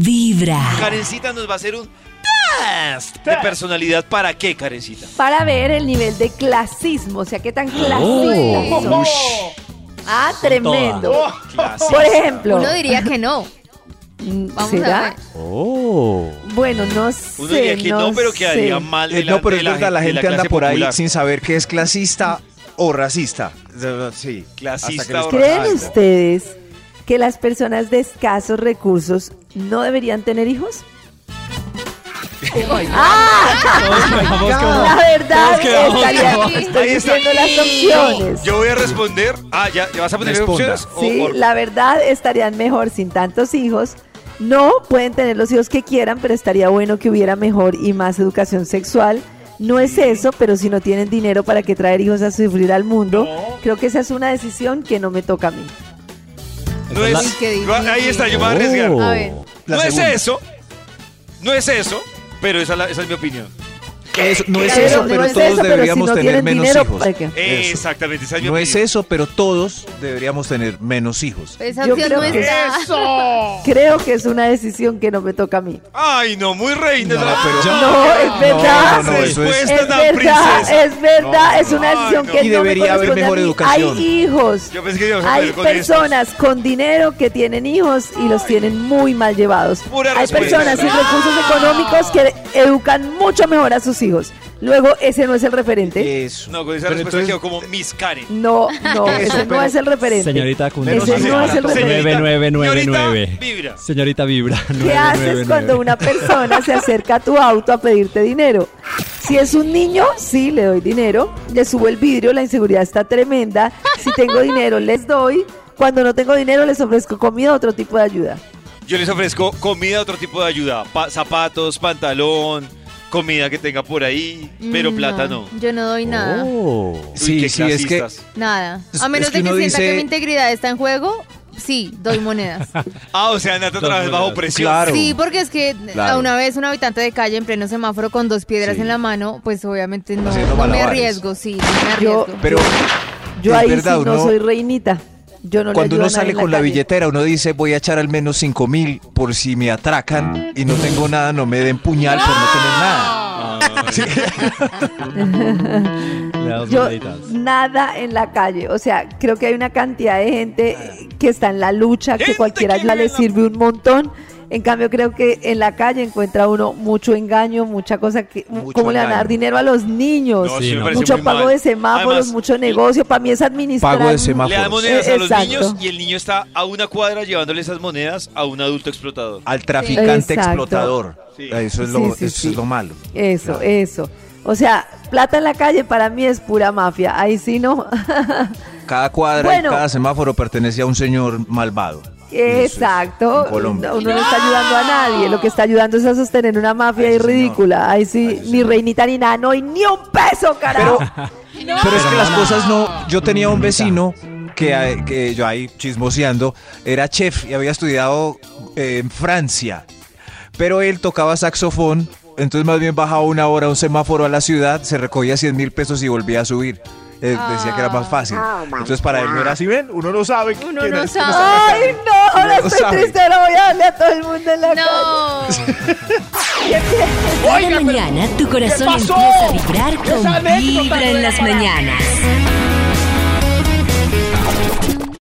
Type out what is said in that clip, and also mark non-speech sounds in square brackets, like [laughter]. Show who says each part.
Speaker 1: Vibra.
Speaker 2: Karencita nos va a hacer un test de personalidad. ¿Para qué, Karencita?
Speaker 3: Para ver el nivel de clasismo, o sea, qué
Speaker 2: Oh.
Speaker 3: tan clasista son. Ah, tremendo.
Speaker 2: Clasista.
Speaker 3: Por ejemplo,
Speaker 4: Oh. Uno diría que no. Vamos
Speaker 3: ¿será?
Speaker 4: a ver.
Speaker 5: Oh.
Speaker 3: Bueno, no sé.
Speaker 2: Uno diría que no, pero quedaría
Speaker 3: sé.
Speaker 2: mal
Speaker 6: Eh,
Speaker 2: delante
Speaker 6: no, pero
Speaker 2: de
Speaker 6: es
Speaker 2: la,
Speaker 6: verdad, la
Speaker 2: gen- de
Speaker 6: gente anda
Speaker 2: clase
Speaker 6: por ahí
Speaker 2: popular.
Speaker 6: sin saber qué es clasista o racista. Sí,
Speaker 2: Clasista
Speaker 6: hasta que les
Speaker 2: o
Speaker 6: pasa
Speaker 3: ¿Creen
Speaker 2: Algo.
Speaker 6: algo.
Speaker 3: ustedes que las personas de escasos recursos no deberían tener hijos? ¡Ah! La verdad,
Speaker 5: quedamos
Speaker 3: estaría-
Speaker 5: como-
Speaker 3: estoy
Speaker 2: Ahí está.
Speaker 3: diciendo las opciones.
Speaker 2: Yo voy a responder. Ah, ya, ¿ya vas a poner
Speaker 6: Responda.
Speaker 2: opciones. O-
Speaker 3: Sí,
Speaker 2: o-
Speaker 3: la verdad estarían mejor sin tantos hijos. No pueden tener los hijos que quieran, pero estaría bueno que hubiera mejor y más educación sexual. No es eso, pero si no tienen dinero para que traer hijos a sufrir al mundo, creo que esa es una decisión que no me toca a mí.
Speaker 2: no
Speaker 5: Esa
Speaker 2: es,
Speaker 4: Uy, qué
Speaker 2: no- ahí está, yo me voy a
Speaker 5: Oh.
Speaker 2: arriesgar.
Speaker 4: A ver.
Speaker 6: La
Speaker 2: No es
Speaker 6: segunda.
Speaker 2: eso. No es eso, pero esa, es la- esa es mi opinión.
Speaker 6: Es- no es
Speaker 3: Pero
Speaker 6: eso,
Speaker 3: no
Speaker 6: pero
Speaker 3: es
Speaker 6: todos
Speaker 3: eso, pero si
Speaker 6: deberíamos
Speaker 3: no
Speaker 6: tener
Speaker 3: tienen
Speaker 6: menos
Speaker 3: dinero,
Speaker 6: hijos.
Speaker 3: ¿para qué?
Speaker 6: Eso.
Speaker 2: Exactamente, esa es mi
Speaker 6: No
Speaker 2: opinión.
Speaker 6: es eso, pero todos deberíamos tener menos hijos.
Speaker 4: Esa
Speaker 3: Yo
Speaker 4: opción
Speaker 3: creo
Speaker 4: no
Speaker 3: que-
Speaker 4: está.
Speaker 3: Creo que es una decisión que no me toca a mí.
Speaker 2: Ay, no, muy reina.
Speaker 6: No,
Speaker 2: esa-
Speaker 6: pero-
Speaker 2: ¡Ah!
Speaker 3: No, es verdad.
Speaker 6: No, no, no, eso es-
Speaker 2: Respuesta
Speaker 3: Es
Speaker 2: tan
Speaker 3: verdad,
Speaker 2: princesa.
Speaker 3: es verdad, es una
Speaker 2: Ay,
Speaker 3: decisión
Speaker 2: no.
Speaker 3: que
Speaker 6: Y
Speaker 3: no me
Speaker 6: debería haber
Speaker 3: corresponde a
Speaker 6: mejor
Speaker 3: mí.
Speaker 6: educación.
Speaker 3: Hay hijos.
Speaker 2: Yo pensé que íbamos a
Speaker 3: Hay
Speaker 2: perder [laughs] con
Speaker 3: personas con dinero que tienen hijos y los tienen muy mal llevados.
Speaker 2: Pura
Speaker 3: Hay
Speaker 2: respuesta. ¡Ah!
Speaker 3: personas sin recursos económicos que educan mucho mejor a sus hijos. Luego, ese no es el referente.
Speaker 2: esto.
Speaker 6: Eso.
Speaker 2: No, con esa
Speaker 6: Pero
Speaker 2: respuesta
Speaker 6: entonces-
Speaker 2: quedó como Miss Karen.
Speaker 3: No, no,
Speaker 6: Eso,
Speaker 3: ese no
Speaker 6: pero-
Speaker 3: es el referente.
Speaker 5: Señorita Cuneo.
Speaker 3: Ese
Speaker 6: no es el
Speaker 2: referente.
Speaker 5: 9999.
Speaker 2: Señorita Vibra.
Speaker 5: Señorita Vibra.
Speaker 3: ¿Qué haces cuando una persona se acerca a tu auto a pedirte dinero? Si es un niño, sí, le doy dinero. Le subo el vidrio, la inseguridad está tremenda. Si tengo dinero, les doy. Cuando no tengo dinero, les ofrezco comida, otro tipo de ayuda.
Speaker 2: Yo les ofrezco comida, otro tipo de ayuda. Pa- zapatos, pantalón, comida que tenga por ahí, pero
Speaker 4: Mm,
Speaker 2: plata no.
Speaker 4: Yo no doy nada.
Speaker 2: Uy,
Speaker 6: Sí,
Speaker 2: qué
Speaker 6: sí, es que
Speaker 2: clasistas.
Speaker 4: Nada.
Speaker 6: Es-
Speaker 4: A menos
Speaker 6: es que
Speaker 4: de que
Speaker 6: uno
Speaker 4: sienta
Speaker 6: dice-
Speaker 4: que mi integridad está en juego, sí, doy [laughs] monedas.
Speaker 2: Ah, o sea, Nata otra vez bajo
Speaker 5: Claro.
Speaker 2: presión.
Speaker 4: Sí, porque es que
Speaker 6: Claro.
Speaker 4: a una vez un habitante de calle en pleno semáforo con dos piedras
Speaker 6: Sí.
Speaker 4: en la mano, pues obviamente no,
Speaker 6: Haciendo
Speaker 4: no me
Speaker 6: malabares.
Speaker 4: arriesgo, sí, no me arriesgo.
Speaker 6: Pero
Speaker 3: Yo
Speaker 6: es
Speaker 3: ahí
Speaker 6: verdad,
Speaker 3: sí no
Speaker 6: uno-
Speaker 3: soy reinita. Yo no le
Speaker 6: cuando
Speaker 3: ayudo a
Speaker 6: uno
Speaker 3: nadie
Speaker 6: sale
Speaker 3: en la
Speaker 6: con la
Speaker 3: calle.
Speaker 6: billetera, uno dice voy a echar al menos 5 mil por si me atracan y no tengo nada, no me den puñal por no tener nada.
Speaker 3: Yo nada en la calle. O sea, creo que hay una cantidad de gente que está en la lucha, que
Speaker 2: Gente
Speaker 3: cualquier
Speaker 2: que
Speaker 3: ayuda
Speaker 2: vive
Speaker 3: le
Speaker 2: en la-
Speaker 3: sirve un montón. En cambio, creo que en la calle encuentra uno mucho engaño, mucha cosa que...
Speaker 6: Mucho
Speaker 3: ¿Cómo le van a dar
Speaker 6: engaño.
Speaker 3: dinero a los niños?
Speaker 2: No,
Speaker 5: Sí,
Speaker 2: sí, me
Speaker 5: no.
Speaker 2: parece
Speaker 3: mucho
Speaker 2: muy
Speaker 3: pago
Speaker 2: mal.
Speaker 3: de semáforos,
Speaker 2: Además,
Speaker 3: mucho negocio. Para mí es administrar...
Speaker 6: Pago de semáforos.
Speaker 2: Le da monedas a los
Speaker 3: Exacto.
Speaker 2: niños y el niño está a una cuadra llevándole esas monedas a un adulto explotador.
Speaker 6: Al traficante
Speaker 3: Exacto.
Speaker 6: explotador.
Speaker 2: Sí.
Speaker 6: Eso es lo,
Speaker 3: Sí, sí,
Speaker 6: eso
Speaker 3: sí. Eh,
Speaker 6: es lo malo.
Speaker 3: Eso,
Speaker 6: Claro.
Speaker 3: eso. O sea, plata en la calle para mí es pura mafia. Ahí sí no.
Speaker 6: Cada cuadra
Speaker 3: Bueno.
Speaker 6: y cada semáforo pertenecía a un señor malvado.
Speaker 3: Exacto.
Speaker 6: En Colombia.
Speaker 3: No, Uno no está ayudando a nadie. Lo que está ayudando es a sostener una mafia
Speaker 6: Ay,
Speaker 3: ahí
Speaker 6: señor.
Speaker 3: ridícula. Ahí sí,
Speaker 6: Ay,
Speaker 3: ni
Speaker 6: señor.
Speaker 3: reinita ni nada. No hay ni un peso, carajo.
Speaker 6: Pero es que las cosas no. Mm, Yo tenía un vecino que, que yo ahí chismoseando era chef y había estudiado eh, en Francia. Pero él tocaba saxofón, entonces más bien bajaba una hora a un semáforo a la ciudad, se recogía 100 mil pesos y volvía a subir. Eh, decía que era más fácil.
Speaker 3: Ah.
Speaker 6: Entonces para él no era así, ven, uno no sabe.
Speaker 4: Uno
Speaker 6: quién
Speaker 4: no
Speaker 6: es, quién
Speaker 4: sabe.
Speaker 6: está en la
Speaker 3: Ay,
Speaker 6: calle.
Speaker 3: no. Ahora
Speaker 6: [laughs] No
Speaker 3: estoy
Speaker 6: sabe.
Speaker 3: triste. Ahora voy a darle a todo el mundo en la calle.
Speaker 6: [laughs]
Speaker 4: no.
Speaker 1: Cada mañana tu corazón empieza a vibrar con Vibra en las mañanas.